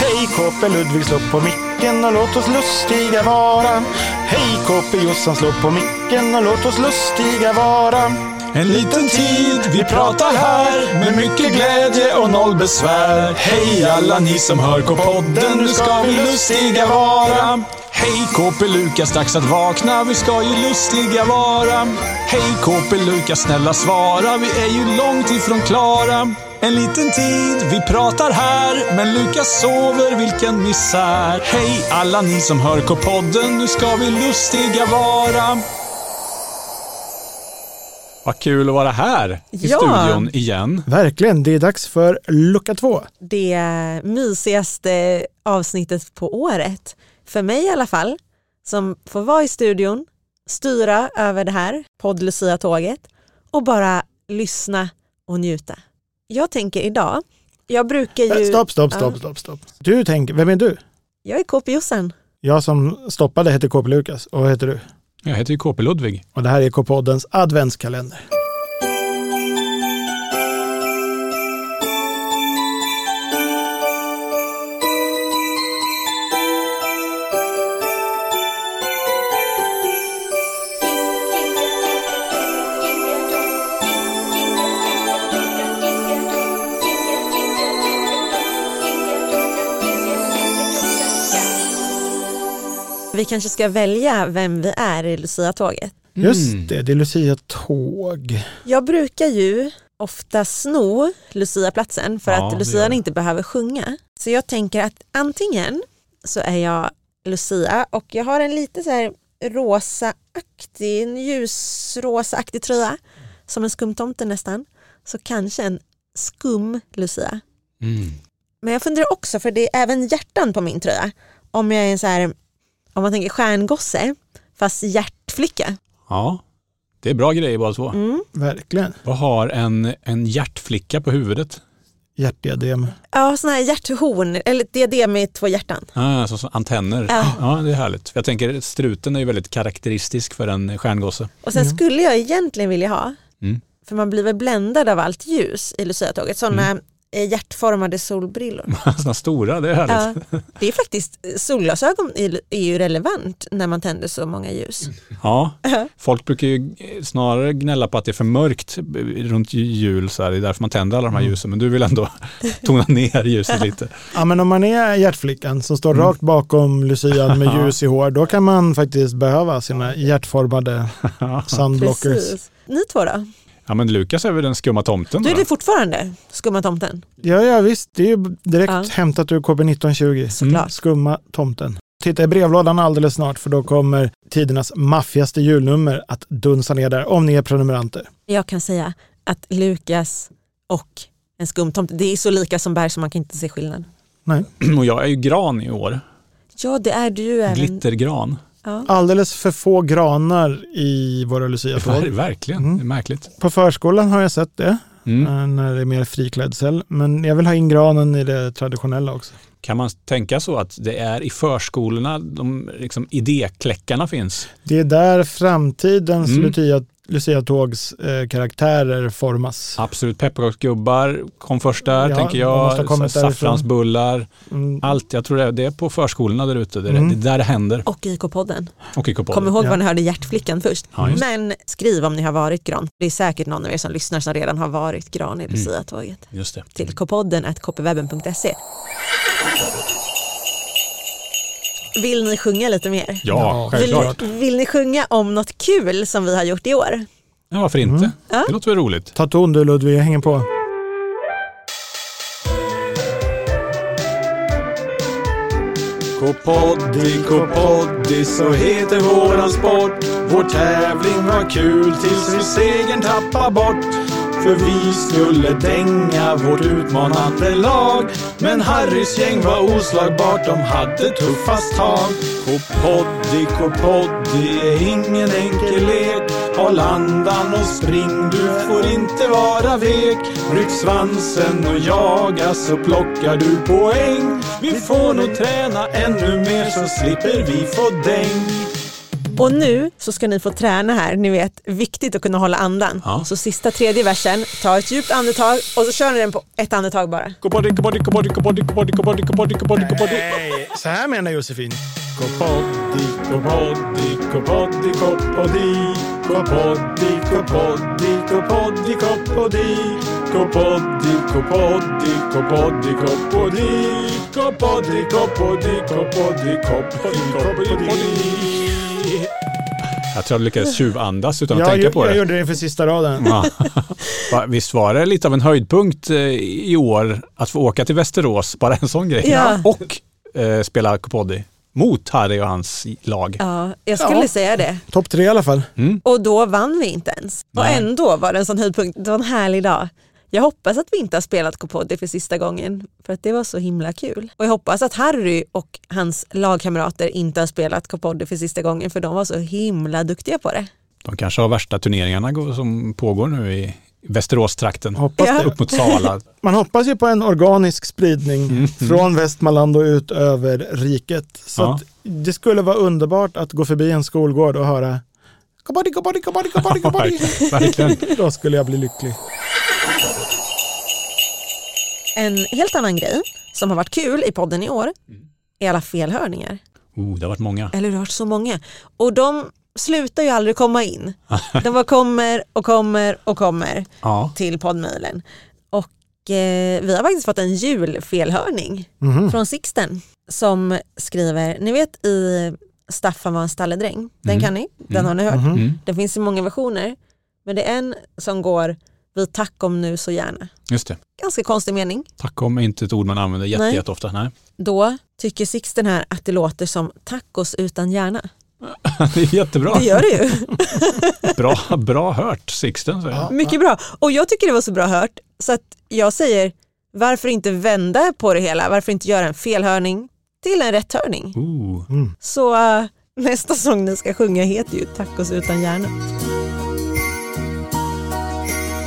K.P. Ludvig slå på micken och låt oss lustiga vara. Hej K.P. Jossan slå på micken och låt oss lustiga vara. En liten tid, vi pratar här med mycket glädje och noll besvär. Hej alla ni som hör K-podden, nu ska vi lustiga vara. Hej KP Lukas, dags att vakna, vi ska ju lustiga vara. Hej KP Lukas, snälla svara, vi är ju långt ifrån klara. En liten tid, vi pratar här, men Lukas sover, vilken misär. Hej alla ni som hör K-podden, nu ska vi lustiga vara. Vad kul att vara här i Ja. studion igen. Verkligen, det är dags för lucka två. det mysigaste avsnittet på året. För mig i alla fall, som får vara i studion, styra över det här podd Lucia-tåget och bara lyssna och njuta. Jag tänker idag, jag brukar ju... Äh, Stopp, stopp, Ja. stopp, stopp, stopp. Du tänker, vem är du? Jag är KP-Jossan. Jag som stoppade heter KP Lukas och vad heter du? Jag heter ju KP Ludvig. Och det här är K-poddens adventskalender. Vi kanske ska välja vem vi är i Lucia-tåget. Mm. Just det, det är Lucia Tåg. Jag brukar ju ofta sno Lucia-platsen för Ja, det att gör Lucian det. inte behöver sjunga. Så jag tänker att antingen så är jag Lucia och jag har en lite så här rosaaktig, en ljusrosaaktig tröja som en skumtomte nästan. Så kanske en skum Lucia. Mm. Men jag funderar också, för det är även hjärtan på min tröja, om jag är en så här, om man tänker stjärngosse, fast hjärtflicka. Ja, det är bra grejer bara två. Mm. Verkligen. Och har en, en hjärtflicka på huvudet. Hjärtdiadem. Ja, sån här hjärthorn, eller det är det med två hjärtan. Ah, så, så antenner. Ja. Ja, det är härligt. För jag tänker struten är ju väldigt karaktäristisk för en stjärngosse. Och sen skulle jag egentligen vilja ha, Mm. för man blir väl bländad av allt ljus i Lucia-tåget, sådana eh, hjärtformade solbrillor. Sådana stora, det är Ja, härligt. det är faktiskt, eh, solglasögon är är ju relevant när man tänder så många ljus. Ja. Folk brukar ju snarare gnälla på att det är för mörkt runt jul, så här. det är därför man tänder alla de Mm. här ljusen. Men du vill ändå tona ner ljuset lite. Ja, men om man är hjärtflickan som Mm. står rakt bakom Lucian med ljus i hår, då kan man faktiskt behöva sina hjärtformade sunblockers. Precis. Ni två då? Ja, men Lukas är väl den skumma tomten. Du är då? det fortfarande Skumma tomten? Ja, ja, visst. Det är ju direkt Ja. hämtat ur KB 1920. Såklart. Skumma tomten. Titta i brevlådan alldeles snart, för då kommer tidernas maffigaste julnummer att dunsa ner där, om ni är prenumeranter. Jag kan säga att Lukas och en skumtomte, det är så lika som berg som man kan inte se skillnad. Nej. Och jag är ju gran i år. Ja, det är du ju även. Glittergran. Ja. Alldeles för få granar i våra Lucia-tåg. Ver- verkligen, Mm. det är märkligt. På förskolan har jag sett det, Mm. eh, när det är mer friklädsel. Men jag vill ha in granen i det traditionella också. Kan man tänka så att det är i förskolorna de liksom, idékläckarna finns? Det är där framtidens Mm. Lucia, Lucia-tågs eh, karaktärer formas. Absolut, pepparkaksgubbar kom först där, Ja, tänker de måste ha jag. kommit Sa- därifrån. Saffransbullar, Mm. allt. Jag tror det är, det är på förskolorna där ute, det är Mm. det- det är där det händer. Och IK-podden. Och i K-podden. Kom ihåg Ja. vad ni hörde hjärtflickan först. Ja, just Men skriv om ni har varit gran. Det är säkert någon av er som lyssnar som redan har varit gran i Mm. Lucia-tåget. Just det. Till kpodden at kpwebben.se. Vill ni sjunga lite mer? Ja, Ja, självklart. Vill, vill ni sjunga om något kul som vi har gjort i år? Ja, varför inte? Mm. Ja. Det låter väl roligt. Ta ton du Ludvig, jag hänger på. K-poddi, K-poddi, så heter våran sport. Vår tävling var kul tills vi segern tappar bort. För vi skulle dänga vårt utmanande lag. Men Harrys gäng var oslagbart, de hade tuffast tag. K-poddi, K-poddi är ingen enkel lek. Håll andan och spring, du får inte vara vek. Ryck svansen och jaga så plockar du poäng. Vi får nog träna ännu mer så slipper vi få däng. Och nu så ska ni få träna här, ni vet, viktigt att kunna hålla andan. Ja. Så sista tredje versen, ta ett djupt andetag och så kör ni den på ett andetag bara. Kopodi, kopodi, kopodi, kopodi, kopodi, kopodi, kopodi, kopodi, kopodi. Nej, så här menar Josefin. Kopodi, kopodi, kopodi, kopodi. Kopodi, kopodi, kopodi, kopodi. Kopodi, kopodi, kopodi, kopodi. Kopodi, kopodi, kopodi, kopodi, kopodi. Jag tror jag lyckades tjuvandas utan att Jag, tänka på jag, det. Mm. gjorde det för sista raden. Ja. Va, Visst var det lite av en höjdpunkt eh, i år att få åka till Västerås, bara en sån grej. Ja. Och eh, spela Copoddi mot Harry och hans lag. Ja, jag skulle Ja. säga det. Topp tre i alla fall. Mm. Och då vann vi inte ens. Nej. Och ändå var det en sån höjdpunkt. Det var en härlig dag. Jag hoppas att vi inte har spelat Copoddi för sista gången för att det var så himla kul. Och jag hoppas att Harry och hans lagkamrater inte har spelat Copoddi för sista gången för de var så himla duktiga på det. De kanske har värsta turneringarna gå- som pågår nu i Västerås-trakten. Hoppas Ja. det. Upp mot Sala. Man hoppas ju på en organisk spridning Mm. från Västmanland och ut över riket. Så Ja. att det skulle vara underbart att gå förbi en skolgård och höra Kabadi, kabadi, kabadi, kabadi, kabadi. Verkligen. Verkligen. Då skulle jag bli lycklig. En helt annan grej som har varit kul i podden i år är alla felhörningar. Oh, det har varit många. Eller det har varit så många. Och de slutar ju aldrig komma in. De bara kommer och kommer och kommer. Ja. till poddmailen. Och eh, vi har faktiskt fått en julfelhörning Mhm. från Sixten som skriver, ni vet i Staffan var en stalledräng, den kan ni, den har ni Mm. hört. Mhm. Mm, Det finns ju många versioner, men det är en som går, vi tackom nu så gärna. Just det. Ganska konstig mening. Tackom är inte ett ord man använder jätte, Nej. jätteofta. Nej. Då tycker Sixten här att det låter som tacos utan hjärna. Det är jättebra. Det gör det ju. Bra, bra hört, Sixten. säger jag. Mycket bra. Och jag tycker det var så bra hört så att jag säger varför inte vända på det hela? Varför inte göra en felhörning till en rätthörning? Oh. Så eh, nästa sång ni ska sjunga heter ju Tacos utan hjärna.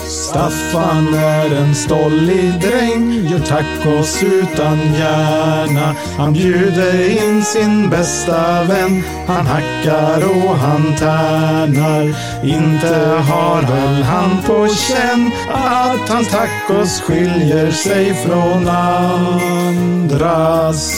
Staffan är en stollig dräng, gör tacos utan hjärna. Han bjuder in sin bästa vän Han hackar och han tärnar Inte har väl han på känn Att hans tacos skiljer sig från andras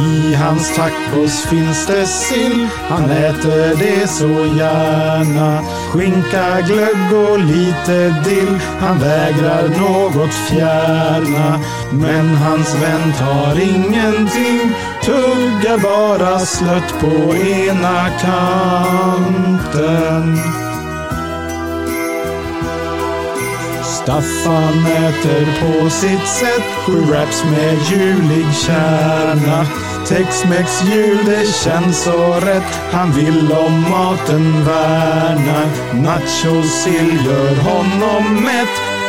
I hans tacos finns det sill Han äter det så gärna Skinka, glögg och lite dill Han vägrar något fjärna Men hans vän tar ingenting Tuggar bara slött på ena kanten Staffan äter på sitt sätt sju wraps med julig kärna. Tex-Mex jul, det känns så rätt. Han vill om maten värna. Nachosill gör honom mätt.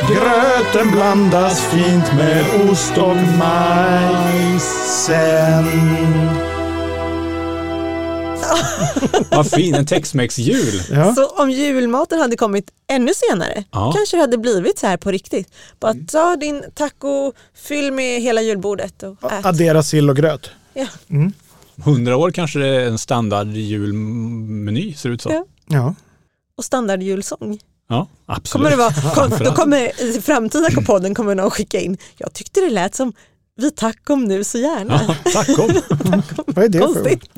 Gröten blandas fint med ost och majsen. Vad fin, en Tex-Mex-jul. Ja. Så om julmaten hade kommit ännu senare Ja. Mm. kanske det hade blivit så här på riktigt. Bara ta din taco, fyll med hela julbordet och ät. Addera sill och gröt. Ja. Hundra år kanske det är en standardjulmeny, ser det ut så. Ja. Ja. Och standardjulsång. Ja, absolut. Kommer det vara, kom, då Framförallt. kommer, I framtida podden kommer någon skicka in, jag tyckte det lät som vi tackom nu så gärna. Ja, tackom. Vad är det Konstigt.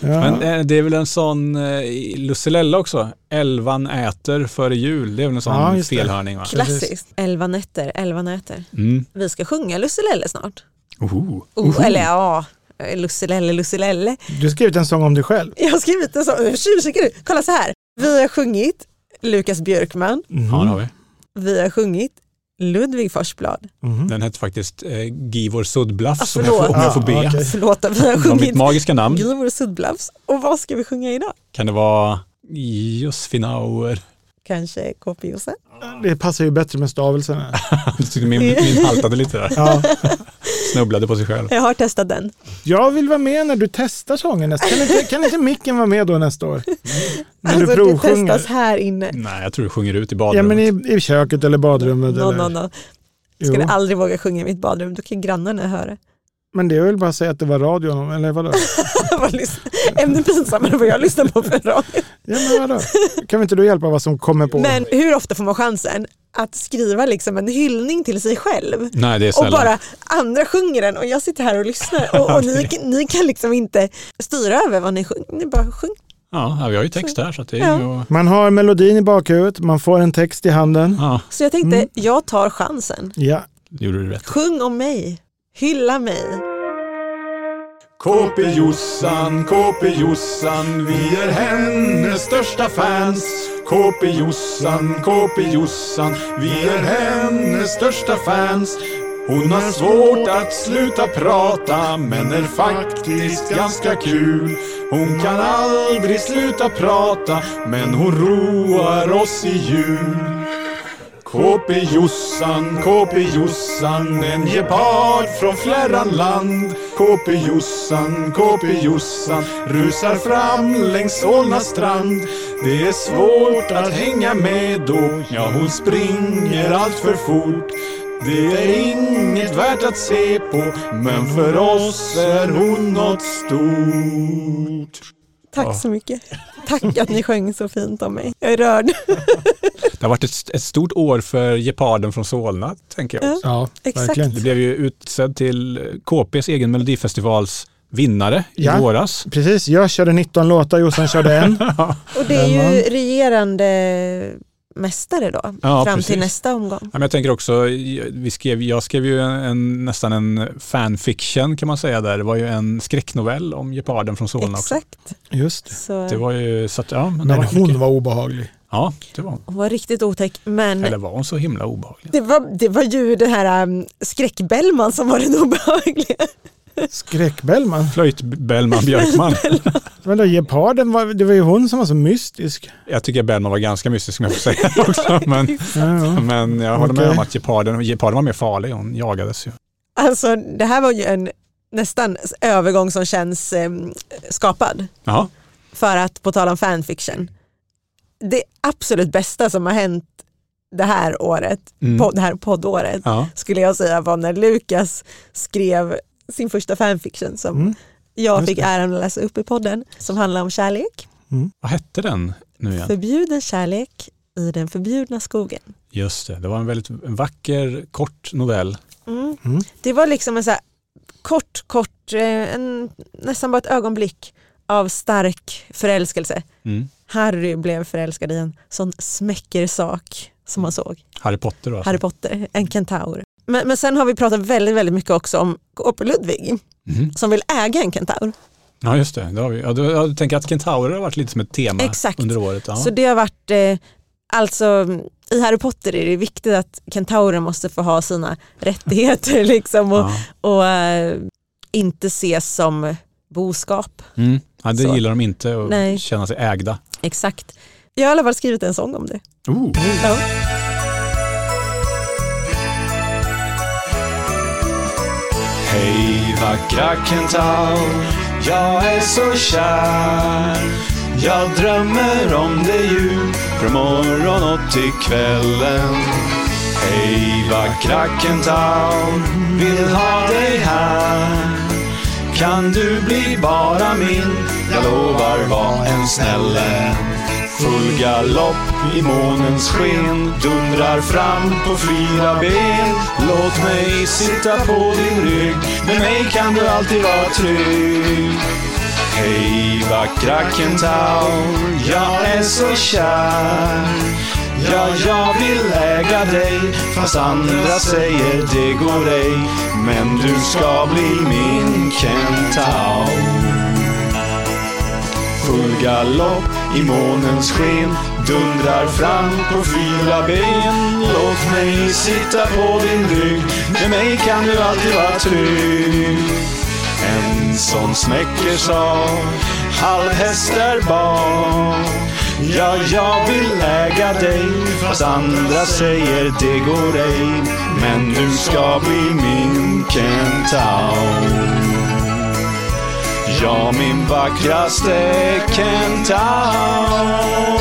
för ja. Men eh, det är väl en sån eh, i Lussellella också. Elvan äter före jul. Det är väl en sån Ja, just det. felhörning va? Klassiskt. Elva nätter, elva nätter. Mm. Vi ska sjunga Lusselelle snart. Oho. Oh, Eller ja, Lusselelle, Lusselelle. Du har skrivit en sång om dig själv. Jag har skrivit en sån, tjuvkika du, kolla så här. Vi har sjungit Lukas Björkman, Mm-hmm. Ja, det har Mm. vi. vi har sjungit Ludvig Forsblad. Mm-hmm. Den hette faktiskt eh, Givor Suddblaff, som jag förlåt. får, om jag får be. Ah, okej. Förlåt, vi Det har var mitt sjungit magiska namn. Grivor Suddblafs. Och vad ska vi sjunga idag? Kan det vara Josefina Auer? Kanske KP Josef? Det passar ju bättre med stavelserna. Jag tyckte Min, min haltade lite där. Ja. Snubblade på sig själv. Jag har testat den. Jag vill vara med när du testar sången nästa. Kan inte, kan inte micken vara med då nästa år? När du Alltså, det provsjunger. testas här inne. Nej, jag tror du sjunger ut i Ja badrummet. men i, i köket eller badrummet. No, eller, no, no. Jag Jo. skulle aldrig våga sjunga i mitt badrum, då kan grannarna höra. Men det är väl bara att säga att det var radion, eller vadå? Vad lyssn- Ännu pinsammare än vad jag lyssnar på för radio. Ja, men vadå? Kan vi inte du hjälpa vad som kommer på? Men hur ofta får man chansen att skriva liksom en hyllning till sig själv? Nej, det är Och sällan. bara andra sjunger den och jag sitter här och lyssnar och, och ni, ni kan liksom inte styra över vad ni sjunger, ni bara sjung. Ja, ja, vi har ju text här så att det Ja. är ju... Man har melodin i bakhuvudet, man får en text i handen. Ja, Så jag tänkte, Mm. jag tar chansen. Ja. det gjorde du rätt. Sjung om mig, hylla mig. KP-Jossan, KP-Jossan, vi är hennes största fans. KP-Jossan, KP-Jossan, vi är hennes största fans. Hon har svårt att sluta prata, men är faktiskt ganska kul. Hon kan aldrig sluta prata, men hon roar oss i jul. KP-Jossan, KP-Jossan, en gepard från fjärran land. KP-Jossan, KP-Jossan, rusar fram längs Solna strand. Det är svårt att hänga med då, ja hon springer allt för fort. Det är inget värt att se på, men för oss är hon något stort. Tack så mycket. Tack att ni sjöng så fint om mig. Jag är rörd. Det har varit ett, ett stort år för geparden från Solna, tänker jag. Ja, Exakt. Det verkligen. blev ju utsedd till KPs egen melodifestivals vinnare Ja. i våras. Precis, jag körde 19 låtar, Jossan körde en. Och det är ju regerande mästare då, Ja, fram precis. till nästa omgång. Ja, men Jag tänker också, vi skrev, jag skrev ju en, en, nästan en fanfiction kan man säga där. Det var ju en skräcknovell om geparden från Solna också. Exakt. Just det. Så Det var ju, så att, ja, men det Men var hon var obehaglig. Ja, det var hon. hon var riktigt otäck, men Eller var hon så himla obehaglig? det var, det var ju den här um, skräckbellman som var den obehagliga. Skräck-Bellman. Flöjt Bellman Björkman. Vadå, geparden, var, det var ju hon som var så mystisk. Jag tycker Bellman var ganska mystisk om jag får säga också. Men, Ja, ja. men jag håller med Okej. om att geparden, geparden var mer farlig. Hon jagades ju. Alltså det här var ju en nästan övergång som känns em, skapad. Jaha. För att på tal om fanfiction, det absolut bästa som har hänt det här året, Mm. pod, det här poddåret, Ja. skulle jag säga var när Lukas skrev sin första fanfiction som Mm. jag Just fick det. äran att läsa upp i podden, som handlar om kärlek. Vad hette den nu igen? Förbjuden kärlek i den förbjudna skogen. Just det, det var en väldigt vacker, kort novell. Mm. Mm. Det var liksom en så här kort, kort, eh, en, nästan bara ett ögonblick av stark förälskelse. Mm. Harry blev förälskad i en sån smäckersak som han såg. Harry Potter då alltså. Harry Potter, en kentaur. Men, men sen har vi pratat väldigt, väldigt mycket också om Kåpe Ludvig Mhm. som vill äga en kentaur. Ja just det, det har vi. Ja, du, jag tänker att kentaurer har varit lite som ett tema Exakt. under året. Ja. Så det har varit, eh, alltså i Harry Potter är det viktigt att kentaurer måste få ha sina rättigheter liksom och, ja. och eh, inte ses som boskap. Mm. Ja, det Så. gillar de inte att Nej. känna sig ägda. Exakt. Jag har i alla fall skrivit en sång om det. Oh. Hej vackra kentaur, jag är så kär. Jag drömmer om dig ju från morgon och till kvällen. Hej vackra kentaur, vill ha dig här. Kan du bli bara min, jag lovar var en snälle. Full galopp i månens sken dundrar fram på fyra ben. Låt mig sitta på din rygg, med mig kan du alltid vara trygg. Hej vackra kentaur, jag är så kär. Ja, jag vill äga dig, fast andra säger det går ej. Men du ska bli min kentaur. Full galopp i månens sken dundrar fram på fyra ben. Låt mig sitta på din rygg, med mig kan du alltid vara trygg. En sån snäcker sa, halvhästar bar. Ja, jag vill äga dig, fast andra säger det går ej. Men du ska bli min kentaur. Ja, min vackraste kentaur.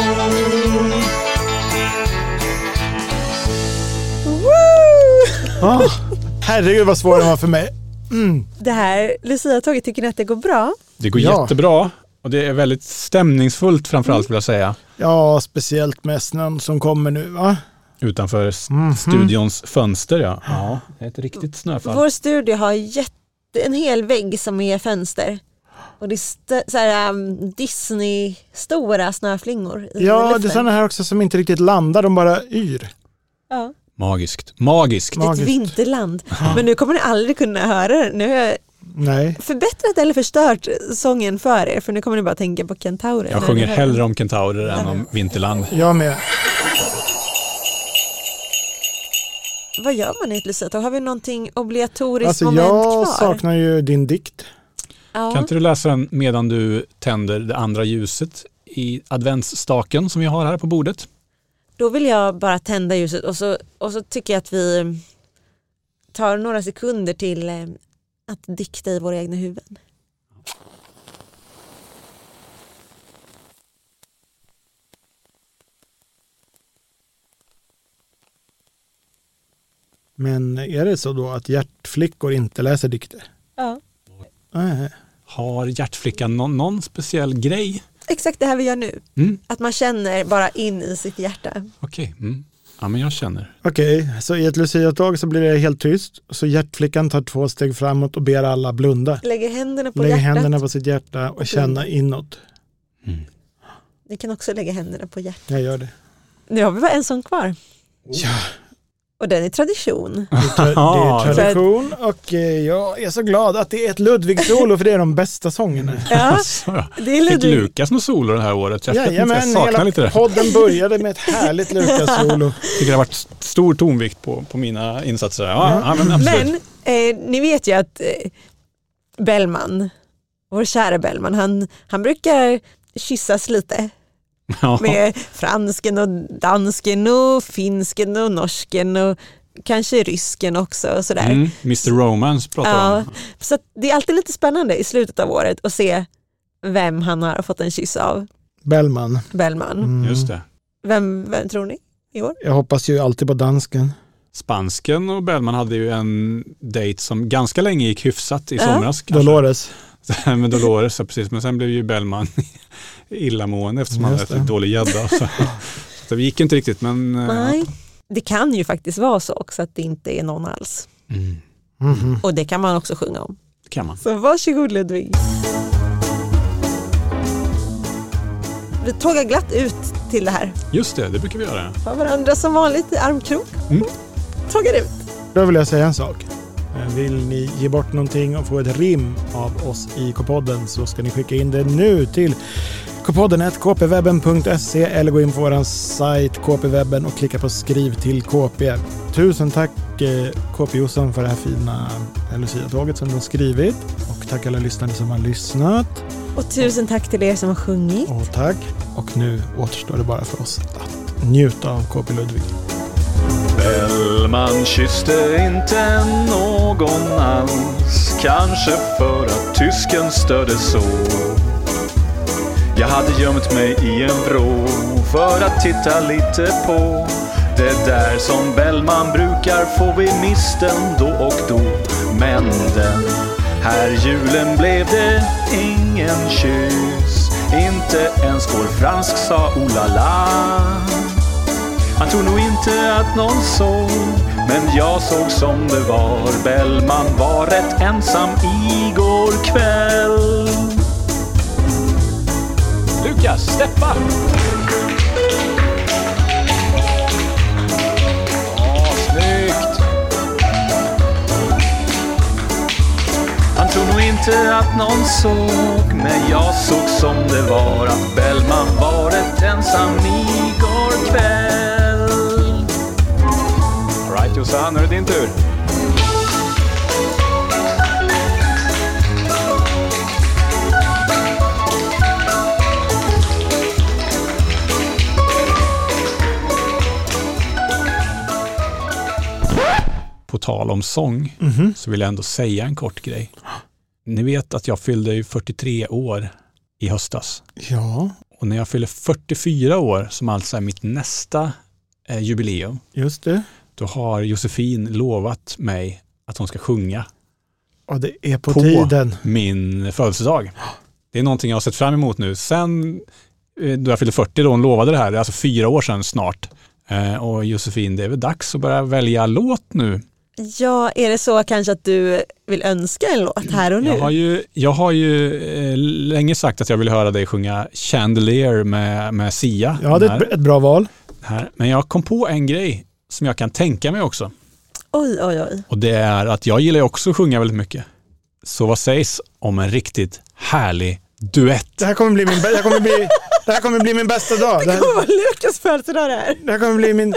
Woo! Ah, herregud vad svår den var för mig. Det här Lucia-tåget, tycker ni att det går bra? Det går Ja. jättebra och det är väldigt stämningsfullt Mm. framförallt vill jag säga. Ja, speciellt med snön som kommer nu va? Utanför s- Mhm. studions fönster ja. Ja, det är ett riktigt snöfall. Mm. Vår studio har jätte, en hel vägg som är fönster. Och det är st- så här, um, Disney-stora snöflingor i Ja, luften. det är sådana här också som inte riktigt landar, de bara yr. Ja, Magiskt. Magiskt. det är ett Magiskt. vinterland. Men nu kommer ni aldrig kunna höra det. Nu har jag Nej. förbättrat eller förstört sången för er, för nu kommer ni bara tänka på kentaurer. Jag när sjunger ni hör hellre om kentaurer än om vinterland. Jag med. den. Vad gör man i ett luciatåg? Har vi någonting obligatoriskt Alltså moment kvar? jag saknar ju din dikt. Ja. Kan inte du läsa den medan du tänder det andra ljuset i adventsstaken som vi har här på bordet? Då vill jag bara tända ljuset och så, och så tycker jag att vi tar några sekunder till eh, att dikta i våra egna huvuden. Men är det så då att hjärtflickor inte läser dikter? Ja. Nej. Har hjärtflickan någon, någon speciell grej? Exakt det här vi gör nu, Mm, att man känner bara in i sitt hjärta. Okej. Mm. Ja, men jag känner. Okej, så i ett luciatag så blir det helt tyst. Så hjärtflickan tar två steg framåt och ber alla blunda. Lägger händerna på Lägger hjärtat. händerna på sitt hjärta och känna inåt. Ni kan också lägga händerna på hjärtat. Jag gör det. Nu har vi bara en sån kvar. Ja. Och den är tradition. Det är, tra- det Ja. är tradition och eh, jag är så glad att det är ett Ludvig-solo för det är de bästa sångerna. Ja, Så, ja. det är Fick Ludvig. Lukas någon solo det här året? Mm. Jag, vet inte, jag Jajamän, saknar lite det. hela podden började med ett härligt Lukas-solo. Jag tycker det har varit st- stor tonvikt på, på mina insatser. Ja, Mm. ja. men absolut. Men eh, ni vet ju att eh, Bellman, vår kära Bellman, han, han brukar kyssas lite ja. med fransken och dansken och finsken och norsken och kanske rysken också och sådär. Mm, Mr Romance pratar Ja, om. så att det är alltid lite spännande i slutet av året att se vem han har fått en kyss av, Bellman. Bellman. Mm. Just det. Vem, vem tror ni i år? Jag hoppas ju alltid på dansken. Spansken och Bellman hade ju en dejt som ganska länge gick hyfsat i Ja. somras. kanske. Dolores. med Dolores, ja, precis. Men sen blev ju Bellman illamående eftersom han Just hade det. ätit dålig gädda. Så, så det gick inte riktigt, men eh, Nej. Det kan ju faktiskt vara så också att det inte är någon alls. mm, Mhm. Och det kan man också sjunga om. det kan man. Så varsågod Ludvig. Vi tågar glatt ut till det här. Just det, det brukar vi göra. Har varandra som vanligt i armkrok. Mm. Tågar ut. Då vill jag säga en sak. Eh, Vill ni ge bort någonting och få ett rim av oss i K-podden så ska ni skicka in det nu till kpodden kpwebben.se eller gå in på vår sajt kpwebben och klicka på skriv till KP. Tusen tack eh, KP Jossan för det här fina eh, Lucia-tåget som du har skrivit och tack alla lyssnare som har lyssnat. Och tusen tack till er som har sjungit. Och tack. Och nu återstår det bara för oss att njuta av KP Ludvig. Bellman kysste inte någon alls Kanske för att tysken störde så Jag hade gömt mig i en vrå för att titta lite på det där som Bellman brukar få vid misten då och då Men den här julen blev det ingen kyss Inte ens vår fransk sa oh la la han tror nog inte att någon såg Men jag såg som det var Bellman var rätt ensam igår kväll Lukas, steppa! Ja, snyggt! Han tror nog inte att någon såg Men jag såg som det var Att Bellman var rätt ensam igår kväll Alright Jossan, nu är det din tur. På tal om sång Mhm. så vill jag ändå säga en kort grej. Ni vet att jag fyllde ju 43 år i höstas. Ja, Och när jag fyller 44 år, som alltså är mitt nästa eh, jubileum, just det. då har Josefin lovat mig att hon ska sjunga Och det är på, På. tiden. min födelsedag. Det är någonting jag har sett fram emot nu. Sen eh, då jag fyllde 40 då hon lovade det här, det är alltså fyra år sedan snart. Eh, Och Josefin, det är väl dags att börja välja låt nu. Ja, är det så kanske att du vill önska en låt här och nu? Mm, Jag har ju, jag har ju eh, länge sagt att jag vill höra dig sjunga Chandelier med, med Sia. Ja, det Den är ett, ett bra val. här. Men jag kom på en grej som jag kan tänka mig också. Oj, oj, oj. Och det är att jag gillar ju också att sjunga väldigt mycket. Så vad sägs om en riktigt härlig duett? Det här kommer bli min, bä- det här kommer bli, det här kommer bli min bästa dag. Det här, Åh, vad Lukas födelsedag det är. det här kommer bli min...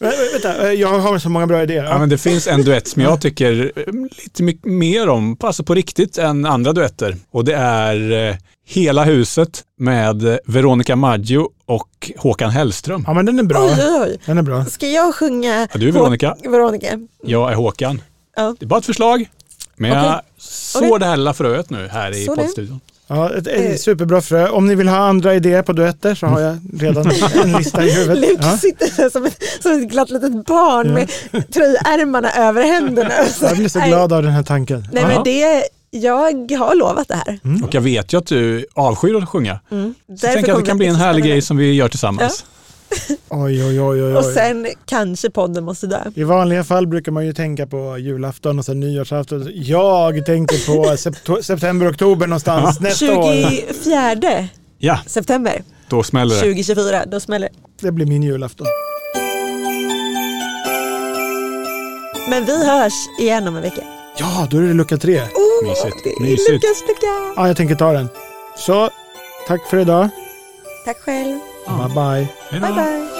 Vä- Vänta, eh, jag har så många bra idéer. Ja, men det finns en duett som jag tycker eh, lite mycket mer om, alltså på riktigt, än andra duetter. Och det är eh, Hela huset med eh, Veronica Maggio och Håkan Hellström. Ja, men den är bra. Oj, oj, oj. Den är bra. Ska jag sjunga? Ja, du är Veronica. Hå- Veronica. Jag är Håkan. Ja. Det är bara ett förslag. Men jag Okej. sår Okej. det här lilla fröet nu här i Så det. poddstudion. Ja, ett, Eh. ett superbra frö. Om ni vill ha andra idéer på duetter så har jag redan Mm. en lista i huvudet. Lukas Ja. sitter där som ett, som ett glatt litet barn med tröjärmarna över händerna. Och så- Jag blir så glad av den här tanken. Nej, Jaha. men det, jag har lovat det här. Och jag vet ju att du avskyr att sjunga. Mm. Så Mm. Därför jag tänker att kommer det kan bli en inte härlig stämma grej som vi gör tillsammans. Oj, oj, oj, oj, Och oj. sen kanske podden måste dö. I vanliga fall brukar man ju tänka på julafton och sen nyårsafton. Jag tänker på sept- september, oktober någonstans nästa år. 24 Ja, september då smäller det. 2024, då smäller det. Det blir min julafton. Men vi hörs igen om en vecka. Ja, då är det lucka tre. Oh, Mysigt, det är mysigt. Lukas lucka. Ja, jag tänker ta den. Så, tack för idag. Tack själv. Bye bye. Hej då. Bye, bye.